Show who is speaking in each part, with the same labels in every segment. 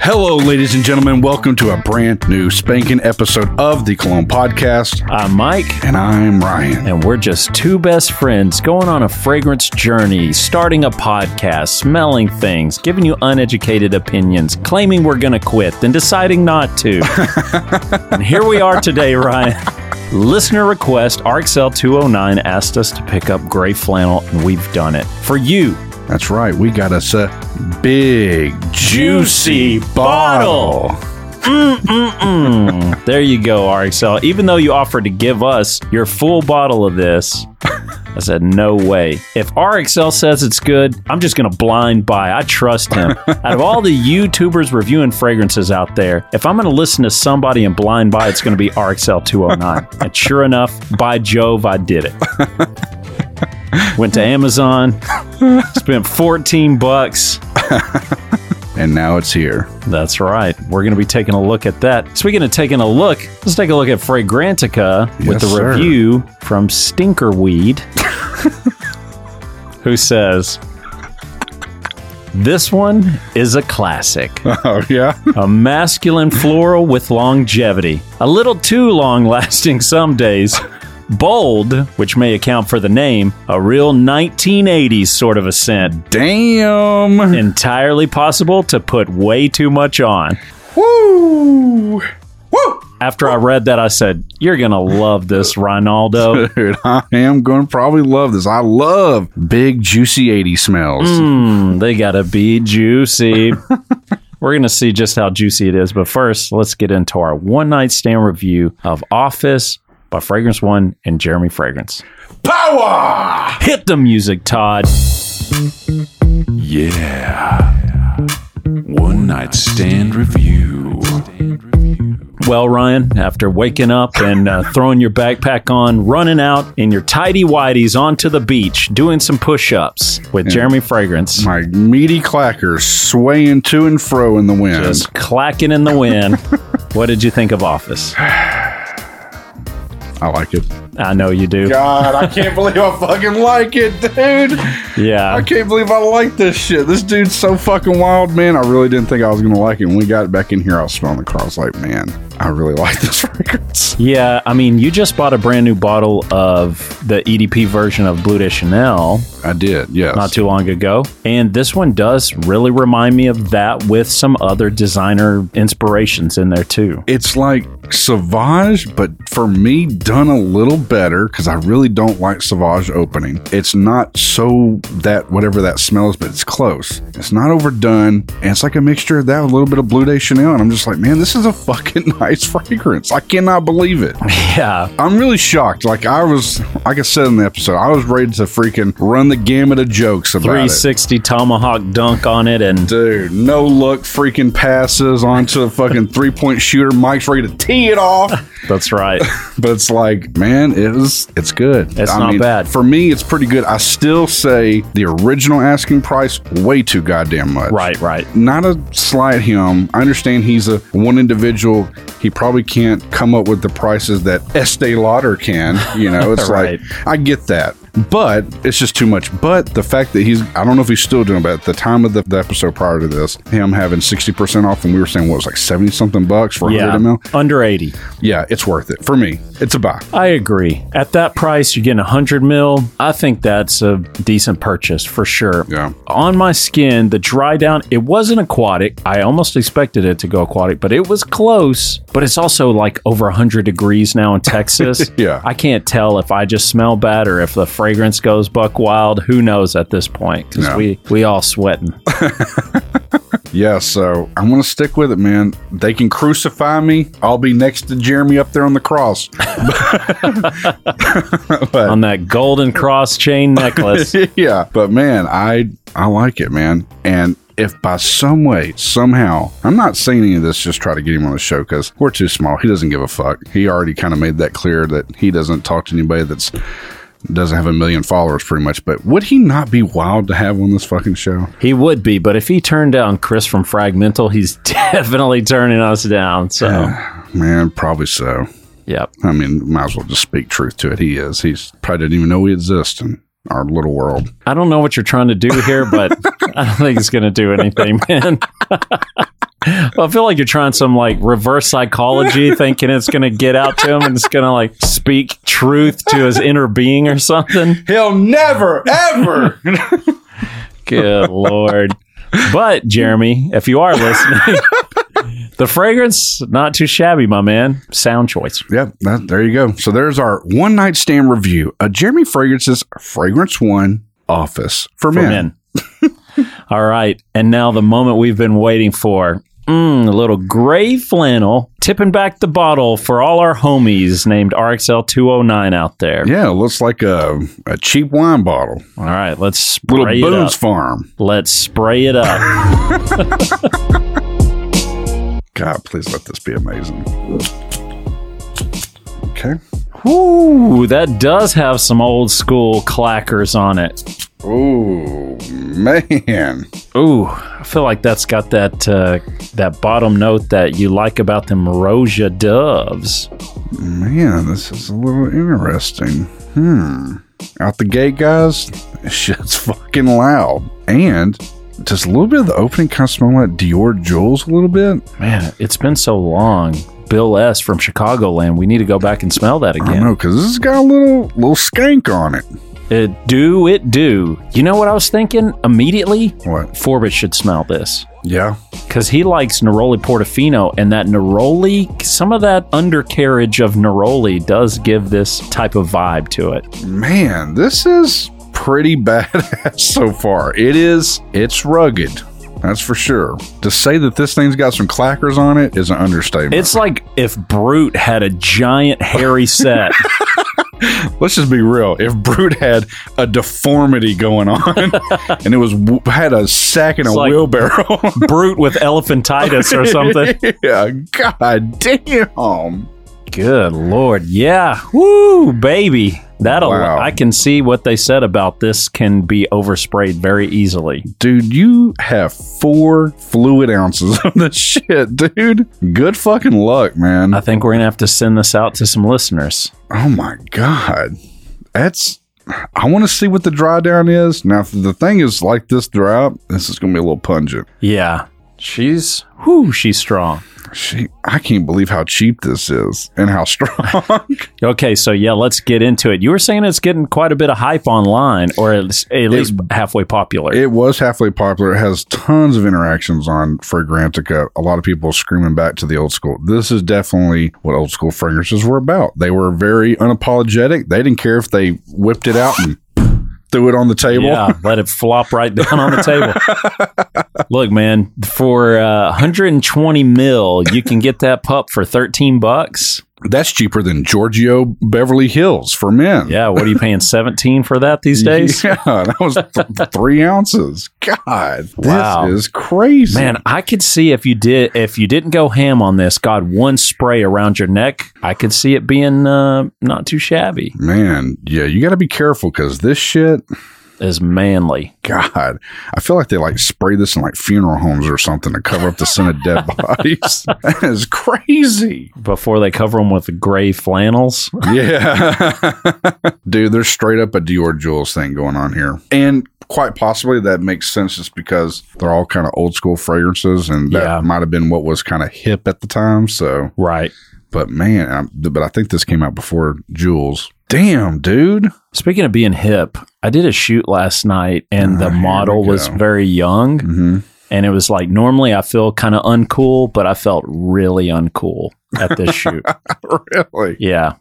Speaker 1: Hello, ladies and gentlemen. Welcome to a brand new spanking episode of the Cologne Podcast.
Speaker 2: I'm Mike,
Speaker 1: And I'm Ryan.
Speaker 2: and we're just two best friends going on a fragrance journey, starting a podcast, smelling things, giving you uneducated opinions, claiming we're going to quit, then deciding not to. and here we are today, Ryan. Listener request RXL 209 asked us to pick up gray flannel, and we've done it for you.
Speaker 1: That's right. We got us a big, juicy
Speaker 2: Juicy bottle.
Speaker 1: bottle.
Speaker 2: Mm-mm-mm. there you go, RXL. Even though you offered to give us your full bottle of this, I said, no way. If RXL says it's good, I'm just going to blind buy. I trust him. out of all the YouTubers reviewing fragrances out there, if I'm going to listen to somebody and blind buy, it's going to be RXL 209. and sure enough, by Jove, I did it. Went to Amazon, spent 14 bucks.
Speaker 1: And now it's here.
Speaker 2: That's right. We're going to be taking a look at that. Speaking of taking a look, let's take a look at Fragrantica with
Speaker 1: Yes,
Speaker 2: the
Speaker 1: sir.
Speaker 2: review from Stinkerweed, who says, This one is a classic.
Speaker 1: Oh, yeah.
Speaker 2: A masculine floral with longevity. A little too long lasting some days. Bold, which may account for the name, a real 1980s sort of a scent.
Speaker 1: Damn.
Speaker 2: Entirely possible to put way too much on.
Speaker 1: Woo. Woo.
Speaker 2: After I read that, I said, You're going to love this, Ronaldo.
Speaker 1: Dude, I am going to probably love this. I love big, juicy 80 smells.
Speaker 2: Mm, they got to be juicy. We're going to see just how juicy it is. But first, let's get into our one night stand review of Office by Fragrance One and Jeremy Fragrance.
Speaker 1: Power.
Speaker 2: Hit the music, Todd.
Speaker 3: Yeah. One night stand review.
Speaker 2: Well, Ryan, after waking up and uh, throwing your backpack on, running out in your tidy whities onto the beach, doing some push ups with Jeremy Fragrance.
Speaker 1: My meaty clackers swaying to and fro in the wind.
Speaker 2: Just clacking in the wind. what did you think of Office?
Speaker 1: I like it.
Speaker 2: I know you do.
Speaker 1: God, I can't believe I fucking like it, dude. I
Speaker 2: Yeah.
Speaker 1: can't believe I like this shit. This dude's so fucking wild, man. I really didn't think I was gonna like it. When we got back in here, I was smelling the car. I was like, man, I really like this fragrance.
Speaker 2: Yeah. I mean, you just bought a brand new bottle of the EDP version of Blue de Chanel
Speaker 1: I did, yes.
Speaker 2: not too long ago. And this one does really remind me of that with some other designer inspirations in there, too.
Speaker 1: it's like Sauvage, but for me, done a little better because I really don't like Sauvage opening. It's not so that whatever that smells, but it's close. It's not overdone. And it's like a mixture of that with a little bit of Blue Day Chanel. And I'm just like, man, this is a fucking nice fragrance. I cannot believe it.
Speaker 2: Yeah.
Speaker 1: I'm really shocked. Like I was, like I said in the episode, I was ready to freaking run the gamut of jokes about it.
Speaker 2: 360 tomahawk dunk on it and
Speaker 1: Dude, no look, freaking passes onto a fucking three point shooter. Mike's ready to tee it off,
Speaker 2: that's right
Speaker 1: but it's like, man, it is, it's good.
Speaker 2: It's not bad.
Speaker 1: for me. It's pretty good. I still say the original asking price way too goddamn much.
Speaker 2: right right
Speaker 1: Not a slight him. I understand he's a one individual. He probably can't come up with the prices that Estee Lauder can. You know, it's
Speaker 2: Right.
Speaker 1: like I get that. But it's just too much. But the fact that he's, I don't know if he's still doing it, but at the time of the, the episode prior to this, him having 60% off, and we were saying, what, it was like 70 something bucks for
Speaker 2: yeah
Speaker 1: 100 ml?
Speaker 2: under 80
Speaker 1: Yeah, it's worth it. For me, it's a buy.
Speaker 2: I agree. At that price, you're getting 100 mil. I think that's a decent purchase for sure.
Speaker 1: Yeah.
Speaker 2: On my skin, the dry down, it wasn't aquatic. I almost expected it to go aquatic, but it was close. But it's also like over 100 degrees now in Texas.
Speaker 1: Yeah.
Speaker 2: I can't tell if I just smell bad or if the fragrance goes buck wild. Who knows at this point? Because
Speaker 1: Yeah.
Speaker 2: we, we all sweating.
Speaker 1: Yeah, so I'm going to stick with it, man. They can crucify me. I'll be next to Jeremy up there on the cross.
Speaker 2: on that golden cross chain necklace.
Speaker 1: yeah, but man, I I like it, man. And if by some way, somehow, I'm not saying any of this, just try to get him on the show because we're too small. He doesn't give a fuck. He already kind of made that clear that he doesn't talk to anybody that's doesn't have a million followers, pretty much. But would he not be wild to have on this fucking show?
Speaker 2: He would be, but if he turned down Chris from Fragmental, he's definitely turning us down. So,
Speaker 1: Man, probably so.
Speaker 2: yep.
Speaker 1: I mean, might as well just speak truth to it. He is. He's probably didn't even know we exist, and our little world.
Speaker 2: I don't know what you're trying to do here, but I don't think it's going to do anything, man. Well, I feel like you're trying some like reverse psychology, thinking it's going to get out to him and it's going to like speak truth to his inner being or something.
Speaker 1: He'll never, ever.
Speaker 2: Good lord! But Jeremy, if you are listening, the fragrance not too shabby, my man. Sound choice.
Speaker 1: yep, that, there you go. So there's our one night stand review of Jeremy Fragrance's Fragrance One Office for,
Speaker 2: for
Speaker 1: men.
Speaker 2: men. All right. And now the moment we've been waiting for. Mm, a little gray flannel tipping back the bottle for all our homies named RXL 209 out there.
Speaker 1: Yeah, it looks like a, a cheap wine bottle.
Speaker 2: All right, let's
Speaker 1: Little
Speaker 2: spray it up.
Speaker 1: Boone's Farm.
Speaker 2: Let's spray it up.
Speaker 1: God, please let this be amazing. Okay.
Speaker 2: Ooh, that does have some old school clackers on it.
Speaker 1: Oh man.
Speaker 2: Ooh, I feel like that's got that uh, that bottom note that you like about them Rosia doves.
Speaker 1: Man, this is a little interesting. Hmm. Out the gate, guys, shit's fucking loud. And does a little bit of the opening kind of smell like Dior Jewels a little bit?
Speaker 2: Man, it's been so long. Bill S from Chicagoland. We need to go back and smell that
Speaker 1: I
Speaker 2: again.
Speaker 1: don't know, because this has got a little little skank on it.
Speaker 2: It Uh, do it do. You know what I was thinking immediately?
Speaker 1: What?
Speaker 2: Forbit should smell this
Speaker 1: Yeah.
Speaker 2: because he likes Neroli Portofino, and that Neroli, some of that undercarriage of Neroli does give this type of vibe to it.
Speaker 1: Man, this is pretty badass so far. It is, it's rugged. That's for sure. To say that this thing's got some clackers on it is an understatement.
Speaker 2: It's like if Brute had a giant hairy set.
Speaker 1: Let's just be real. If Brute had a deformity going on and it was w- had a sack and
Speaker 2: It's
Speaker 1: a
Speaker 2: like-
Speaker 1: wheelbarrow,
Speaker 2: Brute with elephantitis or something.
Speaker 1: yeah, god damn.
Speaker 2: Good lord, yeah, woo, baby. That'll
Speaker 1: Wow.
Speaker 2: I can see what they said about this can be oversprayed very easily.
Speaker 1: Dude, you have four fluid ounces of this shit, dude. Good fucking luck, man.
Speaker 2: I think we're gonna have to send this out to some listeners.
Speaker 1: oh my god. That's. I want to see what the dry down is. Now, if the thing is like this throughout, this is going to be a little pungent.
Speaker 2: Yeah, she's whoo, she's strong.
Speaker 1: She, I can't believe how cheap this is and how strong.
Speaker 2: Okay, so yeah, let's get into it. You were saying it's getting quite a bit of hype online, or at least, at least halfway popular.
Speaker 1: It was halfway popular. It has tons of interactions on Fragrantica. A lot of people screaming back to the old school. This is definitely what old school fragrances were about. They were very unapologetic. They didn't care if they whipped it out and threw it on the table.
Speaker 2: yeah, let it flop right down on the table. Look, man, for uh, 120 mil, you can get that pup for 13 bucks.
Speaker 1: That's cheaper than Giorgio Beverly Hills for men.
Speaker 2: Yeah, what are you paying 17 for that these days?
Speaker 1: Yeah, that was th- three ounces. God,
Speaker 2: Wow.
Speaker 1: this is crazy.
Speaker 2: Man, I could see if you did if you didn't go ham on this, God, one spray around your neck, I could see it being uh, not too shabby.
Speaker 1: man, yeah, you got to be careful because this shit,
Speaker 2: As manly.
Speaker 1: God, I feel like they like spray this in like funeral homes or something to cover up the scent of dead bodies. that is crazy.
Speaker 2: Before they cover them with gray flannels.
Speaker 1: Yeah. Dude, there's straight up a Dior Jewels thing going on here. And quite possibly that makes sense just because they're all kind of old school fragrances and that
Speaker 2: Yeah.
Speaker 1: might have been what was kind of hip at the time. So,
Speaker 2: Right.
Speaker 1: but man, i but I think this came out before Jewels. Damn, dude.
Speaker 2: Speaking of being hip, I did a shoot last night and
Speaker 1: Ah,
Speaker 2: the
Speaker 1: here
Speaker 2: model
Speaker 1: we
Speaker 2: was
Speaker 1: go.
Speaker 2: very young.
Speaker 1: Mhm.
Speaker 2: And it was like normally I feel kind of uncool, but I felt really uncool at this shoot.
Speaker 1: Really?
Speaker 2: Yeah.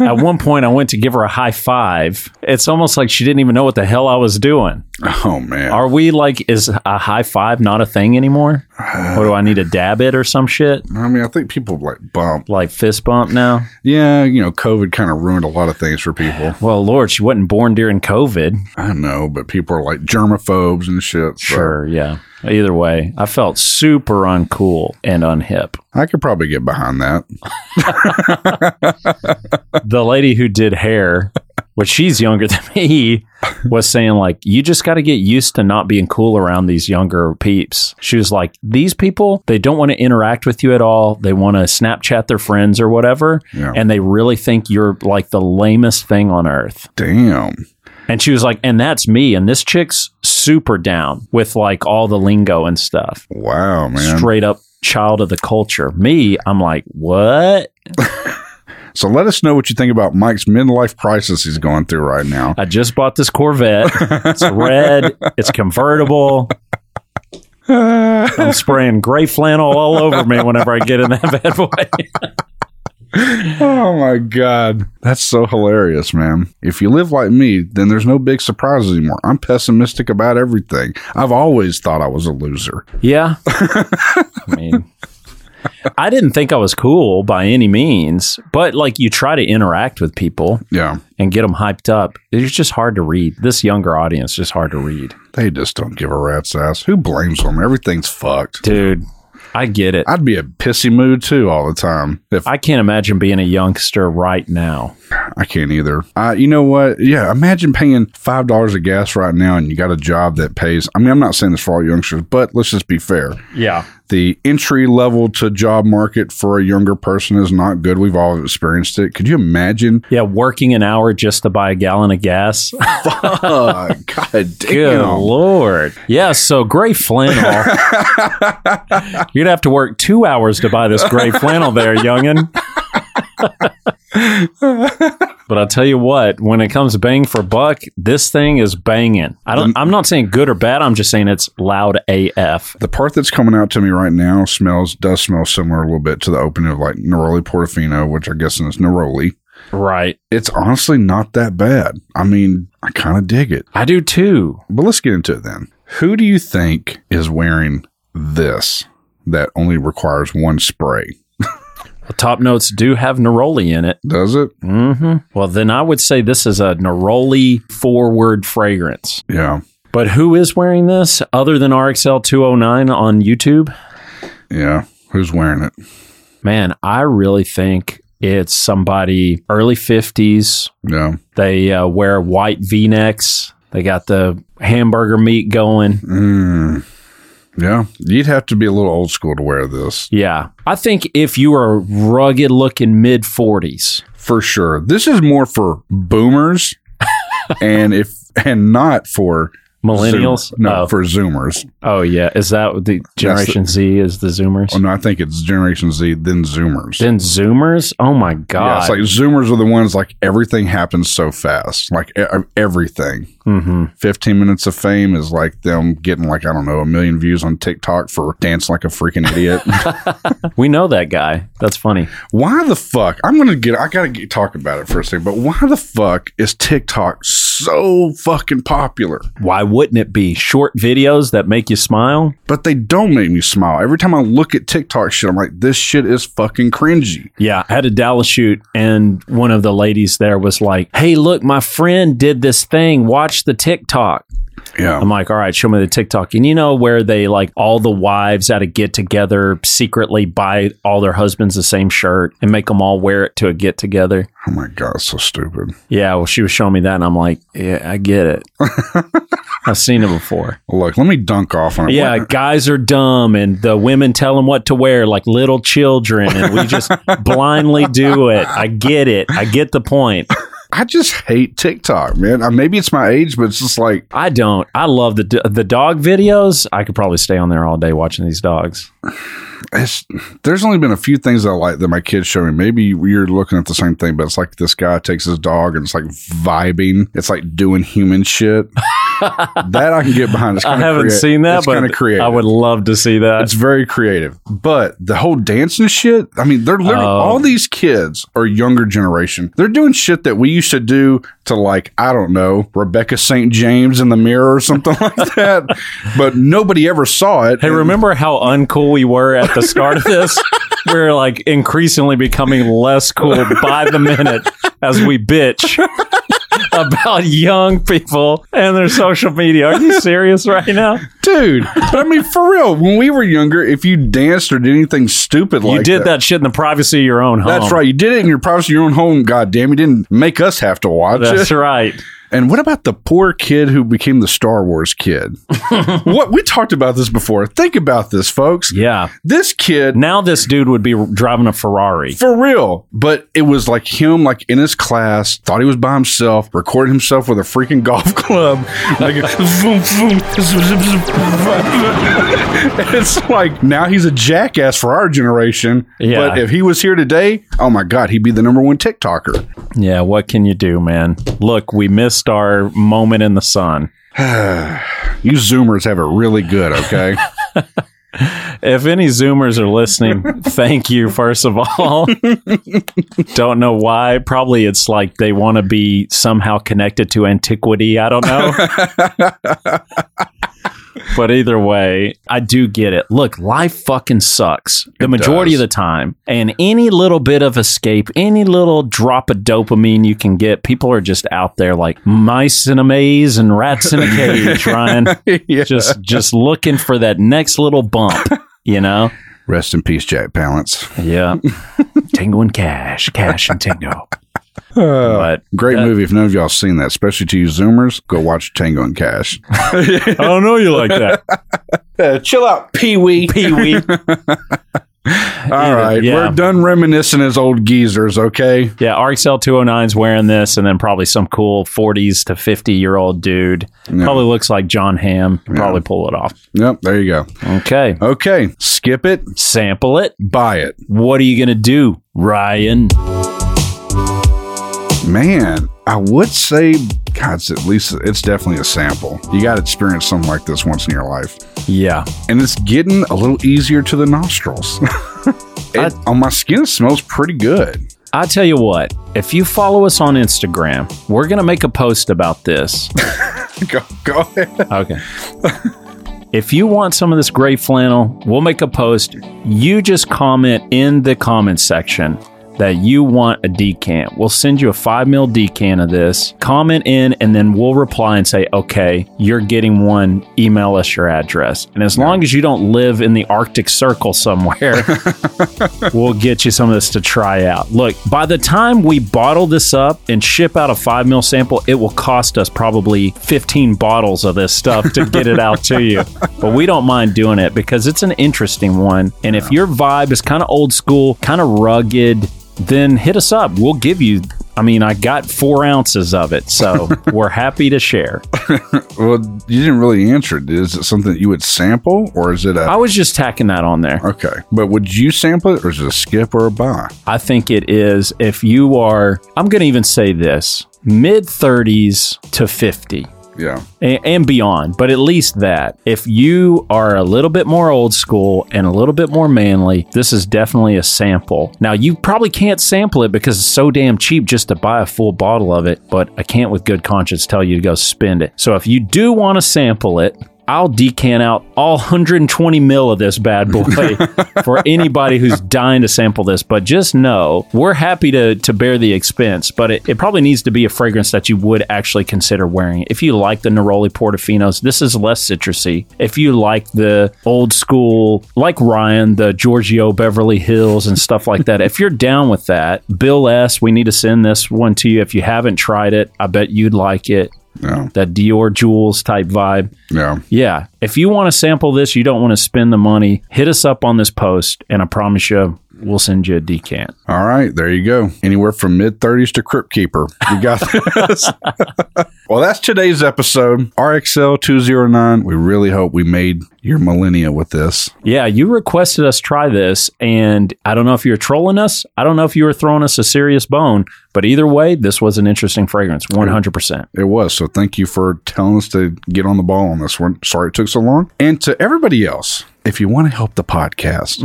Speaker 2: At one point, I went to give her a high five. It's almost like she didn't even know what the hell I was doing.
Speaker 1: Oh, man.
Speaker 2: Are we like, is a high five not a thing anymore? Or do I need to dab it or some shit?
Speaker 1: I mean, I think people like bump.
Speaker 2: Like fist bump now?
Speaker 1: Yeah, you know, COVID kind of ruined a lot of things for people.
Speaker 2: Well, Lord, she wasn't born during COVID.
Speaker 1: I know, but people are like germaphobes and shit. So
Speaker 2: Sure, yeah. Either way, I felt super uncool and unhip.
Speaker 1: I could probably get behind that.
Speaker 2: the lady who did hair, which she's younger than me, was saying like, you just got to get used to not being cool around these younger peeps. She was like, these people, they don't want to interact with you at all. They want to Snapchat their friends or whatever,
Speaker 1: Yeah.
Speaker 2: and they really think you're like the lamest thing on earth.
Speaker 1: Damn.
Speaker 2: And she was like, and that's me. And this chick's super down with like all the lingo and stuff.
Speaker 1: Wow, man.
Speaker 2: Straight up child of the culture. Me, I'm like, what?
Speaker 1: So let us know what you think about Mike's midlife crisis he's going through right now.
Speaker 2: I just bought this Corvette. It's red. it's convertible.
Speaker 1: Oh
Speaker 2: I'm spraying gray flannel all over me whenever I get in that bad boy.
Speaker 1: Oh my God. That's so hilarious, man. If you live like me, then there's no big surprises anymore. I'm pessimistic about everything. I've always thought I was a loser.
Speaker 2: Yeah. I mean, I didn't think I was cool by any means, but like you try to interact with people
Speaker 1: Yeah.
Speaker 2: and get them hyped up. It's just hard to read. This younger audience is just hard to read.
Speaker 1: They just don't give a rat's ass. Who blames them? Everything's fucked.
Speaker 2: Dude, I get it.
Speaker 1: I'd be a pissy mood too all the time if
Speaker 2: I can't imagine being a youngster right now.
Speaker 1: I can't either. Uh, you know what? Yeah, imagine paying five dollars of gas right now, and you got a job that pays. I mean, I'm not saying this for all youngsters, but let's just be fair.
Speaker 2: Yeah.
Speaker 1: The entry level to job market for a younger person is not good. We've all experienced it. Could you imagine?
Speaker 2: Yeah, working an hour just to buy a gallon of gas.
Speaker 1: Uh, God
Speaker 2: Good
Speaker 1: damn.
Speaker 2: lord. Yeah, so gray flannel. You'd have to work two hours to buy this gray flannel there, youngin. but I'll tell you what, when it comes bang for buck, this thing is banging. I don't I'm not saying good or bad, I'm just saying it's loud AF.
Speaker 1: The part that's coming out to me right now smells does smell similar a little bit to the opening of like Neroli Portofino, which I guess is Neroli.
Speaker 2: Right.
Speaker 1: It's honestly not that bad. I mean, I kind of dig it.
Speaker 2: I do too.
Speaker 1: But let's get into it then. Who do you think is wearing this that only requires one spray?
Speaker 2: The top notes do have neroli in it.
Speaker 1: Does it?
Speaker 2: hmm Well, then I would say this is a neroli forward fragrance.
Speaker 1: Yeah.
Speaker 2: But who is wearing this other than RXL 209 on YouTube?
Speaker 1: Yeah. Who's wearing it?
Speaker 2: Man, I really think it's somebody early 50s.
Speaker 1: Yeah.
Speaker 2: They uh, wear white v necks, they got the hamburger meat going.
Speaker 1: Mm. Yeah. You'd have to be a little old school to wear this
Speaker 2: Yeah. I think if you are rugged looking mid 40s,
Speaker 1: for sure. This is more for boomers and if and not for
Speaker 2: millennials.
Speaker 1: Zoom- no,
Speaker 2: Oh.
Speaker 1: for Zoomers.
Speaker 2: oh, yeah. Is that what the Generation Z is the Zoomers?
Speaker 1: Oh, no, I think it's Generation Z, then Zoomers.
Speaker 2: Then Zoomers? Oh, my
Speaker 1: yeah,
Speaker 2: God.
Speaker 1: it's like Zoomers are the ones like everything happens so fast, like e- everything.
Speaker 2: hmm
Speaker 1: 15 minutes of fame is like them getting like i don't know a million views on tiktok for dance like a freaking idiot
Speaker 2: We know that guy. That's funny.
Speaker 1: why the fuck i'm gonna get i gotta get, talk about it for a second but why the fuck is tiktok so fucking popular
Speaker 2: Why wouldn't it be short videos that make you smile?
Speaker 1: but they don't make me smile every time i look at tiktok shit i'm like this shit is fucking cringy
Speaker 2: Yeah, I had a Dallas shoot, and one of the ladies there was like, "Hey, look, my friend did this thing. Watch the TikTok."
Speaker 1: yeah
Speaker 2: I'm like, "All right, show me the TikTok." And you know where they like all the wives at a get together secretly buy all their husbands the same shirt and make them all wear it to a get together.
Speaker 1: oh my god so stupid
Speaker 2: Yeah, well, she was showing me that, and I'm like, "Yeah, I get it. I've seen it before."
Speaker 1: look let me dunk off on it
Speaker 2: Yeah, guys are dumb, and the women tell them what to wear like little children, and we just blindly do it. I get it. I get the point.
Speaker 1: i just hate tiktok man Uh, maybe it's my age but it's just like
Speaker 2: I don't. I love the the dog videos. I could probably stay on there all day watching these dogs.
Speaker 1: it's, there's only been a few things that I like that my kids show me. Maybe you're looking at the same thing, but it's like this guy takes his dog and it's like vibing. It's like doing human shit. that I can get behind. It's
Speaker 2: I
Speaker 1: kinda
Speaker 2: haven't
Speaker 1: creat-
Speaker 2: seen that,
Speaker 1: It's
Speaker 2: but
Speaker 1: kind of creative.
Speaker 2: I would love to see that.
Speaker 1: It's very creative, but the whole dancing shit. I mean, they're literally
Speaker 2: Oh.
Speaker 1: all these kids are younger generation. They're doing shit that we used to do to like I don't know Rebecca St. James in the mirror or something like that. But nobody ever saw it.
Speaker 2: hey,
Speaker 1: And-
Speaker 2: remember how uncool we were at the start of this? we are like increasingly becoming less cool by the minute as we bitch about young people and their social media. Are you serious right now?
Speaker 1: dude. But I mean, for real, when we were younger, if you danced or did anything stupid like
Speaker 2: you did that. shit in the privacy of your own home.
Speaker 1: that's right. You did it in your privacy, your own home. God damn, you didn't make us have to watch
Speaker 2: That's
Speaker 1: it.
Speaker 2: right.
Speaker 1: And what about the poor kid who became the Star Wars kid? what we talked about this before. Think about this, folks.
Speaker 2: Yeah.
Speaker 1: This kid
Speaker 2: Now this dude would be driving a Ferrari.
Speaker 1: for real, but it was like him, like in his class, thought he was by himself, recorded himself with a freaking golf club. Like, vroom, vroom, zoom, zoom, zoom, vroom. it's like now he's a jackass for our generation.
Speaker 2: Yeah.
Speaker 1: But if he was here today, oh my god, he'd be the number one TikToker.
Speaker 2: Yeah, what can you do, man? Look, we missed our moment in the sun.
Speaker 1: You Zoomers have it really good, okay?
Speaker 2: If any Zoomers are listening, thank you, first of all. don't know why. Probably it's like they want to be somehow connected to antiquity. I don't know. but either way, I do get it. Look, life fucking sucks the
Speaker 1: It
Speaker 2: majority
Speaker 1: does.
Speaker 2: of the time. And any little bit of escape, any little drop of dopamine you can get, people are just out there like mice in a maze and rats in a cage, Ryan
Speaker 1: yeah.
Speaker 2: just just looking for that next little bump, you know?
Speaker 1: Rest in peace, Jack Palance.
Speaker 2: Yeah. Tingo and Cash, Cash and Tingo. But
Speaker 1: Great movie. If none of y'all seen that, especially to you Zoomers, go watch Tango and Cash.
Speaker 2: I don't know you like that.
Speaker 1: Uh, chill out, Pee Wee.
Speaker 2: Pee Wee.
Speaker 1: All right,
Speaker 2: yeah.
Speaker 1: we're done reminiscing as old geezers, okay?
Speaker 2: Yeah, RXL 209's wearing this, and then probably some cool 40s to 50 year old dude. Probably looks like John Hamm. Can Probably pull it off.
Speaker 1: Yep, there you go.
Speaker 2: Okay.
Speaker 1: Okay, skip it,
Speaker 2: Sample it.
Speaker 1: buy it.
Speaker 2: What are you going to do, Ryan?
Speaker 1: Man, I would say, God, it's at least it's definitely a sample. You got to experience something like this once in your life,
Speaker 2: Yeah.
Speaker 1: and it's getting a little easier to the nostrils. it, on my skin, it smells pretty good.
Speaker 2: I tell you what, if you follow us on Instagram, we're going to make a post about this.
Speaker 1: go, go ahead.
Speaker 2: Okay. if you want some of this gray flannel, we'll make a post. You just comment in the comment section that you want a decant. We'll send you a five mil decant of this. Comment in, and then we'll reply and say, okay, you're getting one. Email us your address. And as long as you don't live in the Arctic Circle somewhere, we'll get you some of this to try out. Look, by the time we bottle this up and ship out a five mil sample, it will cost us probably 15 bottles of this stuff to get it out to you. But we don't mind doing it because it's an interesting one. And if your vibe is kind of old school, kind of rugged, then hit us up. We'll give you. I mean, I got four ounces of it, so we're happy to share.
Speaker 1: Well, you didn't really answer. it. Is it something that you would sample, or is it a
Speaker 2: I was just tacking that on there.
Speaker 1: okay? But would you sample it, or is it a skip or a buy?
Speaker 2: I think it is if you are, I'm going to even say this mid 30s to 50
Speaker 1: Yeah,
Speaker 2: and, and beyond, but at least that. If you are a little bit more old school and a little bit more manly, this is definitely a sample. Now, you probably can't sample it because it's so damn cheap just to buy a full bottle of it, but I can't with good conscience tell you to go spend it. So if you do want to sample it, I'll decant out all 120 mil of this bad boy for anybody who's dying to sample this. But just know we're happy to, to bear the expense, but it, it probably needs to be a fragrance that you would actually consider wearing. If you like the Neroli Portofinos, this is less citrusy. If you like the old school, like Ryan, the Giorgio Beverly Hills and stuff like that, if you're down with that, Bill S., we need to send this one to you. If you haven't tried it, I bet you'd like it.
Speaker 1: yeah,
Speaker 2: That Dior Jewels type vibe.
Speaker 1: yeah.
Speaker 2: Yeah. If you want to sample this, you don't want to spend the money, hit us up on this post, and I promise you, we'll send you a decant.
Speaker 1: All right, there you go. Anywhere from mid 30s to Crypt Keeper. You got this. well, that's today's episode, RXL 209. We really hope we made your millennia with this.
Speaker 2: Yeah, you requested us try this, and I don't know if you were trolling us. I don't know if you were throwing us a serious bone, but either way, this was an interesting fragrance, 100%.
Speaker 1: It was. So thank you for telling us to get on the ball on this one. Sorry it took so long. And to everybody else, if you want to help the podcast,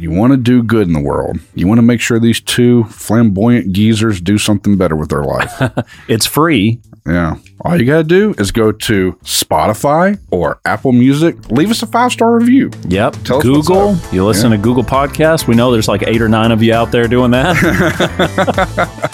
Speaker 1: you want to do good in the world, you want to make sure these two flamboyant geezers do something better with their life.
Speaker 2: It's free.
Speaker 1: Yeah. All you got to do is go to Spotify or Apple Music, leave us a five star review.
Speaker 2: Yep.
Speaker 1: Tell us what's
Speaker 2: Google.
Speaker 1: up.
Speaker 2: You listen to Google Podcasts. We know there's like eight or nine of you out there doing that.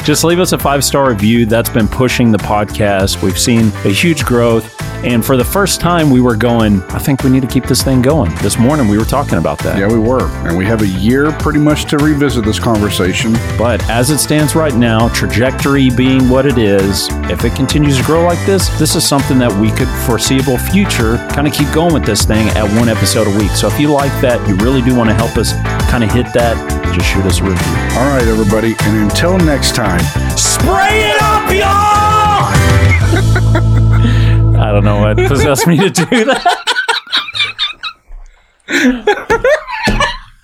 Speaker 2: Just leave us a five star review. That's been pushing the podcast. We've seen a huge growth. And for the first time, we were going, I think we need to keep this thing going. This morning, we were talking about that.
Speaker 1: Yeah, we were. And we have a year pretty much to revisit this conversation.
Speaker 2: But as it stands right now, trajectory being what it is, if it continues to grow like this, this is something that we could foreseeable future kind of keep going with this thing at one episode a week. So if you like that, you really do want to help us kind of hit that, just shoot us a review.
Speaker 1: All right, everybody. And until next time,
Speaker 2: Spray it up, y'all! I don't know what possessed me to do that.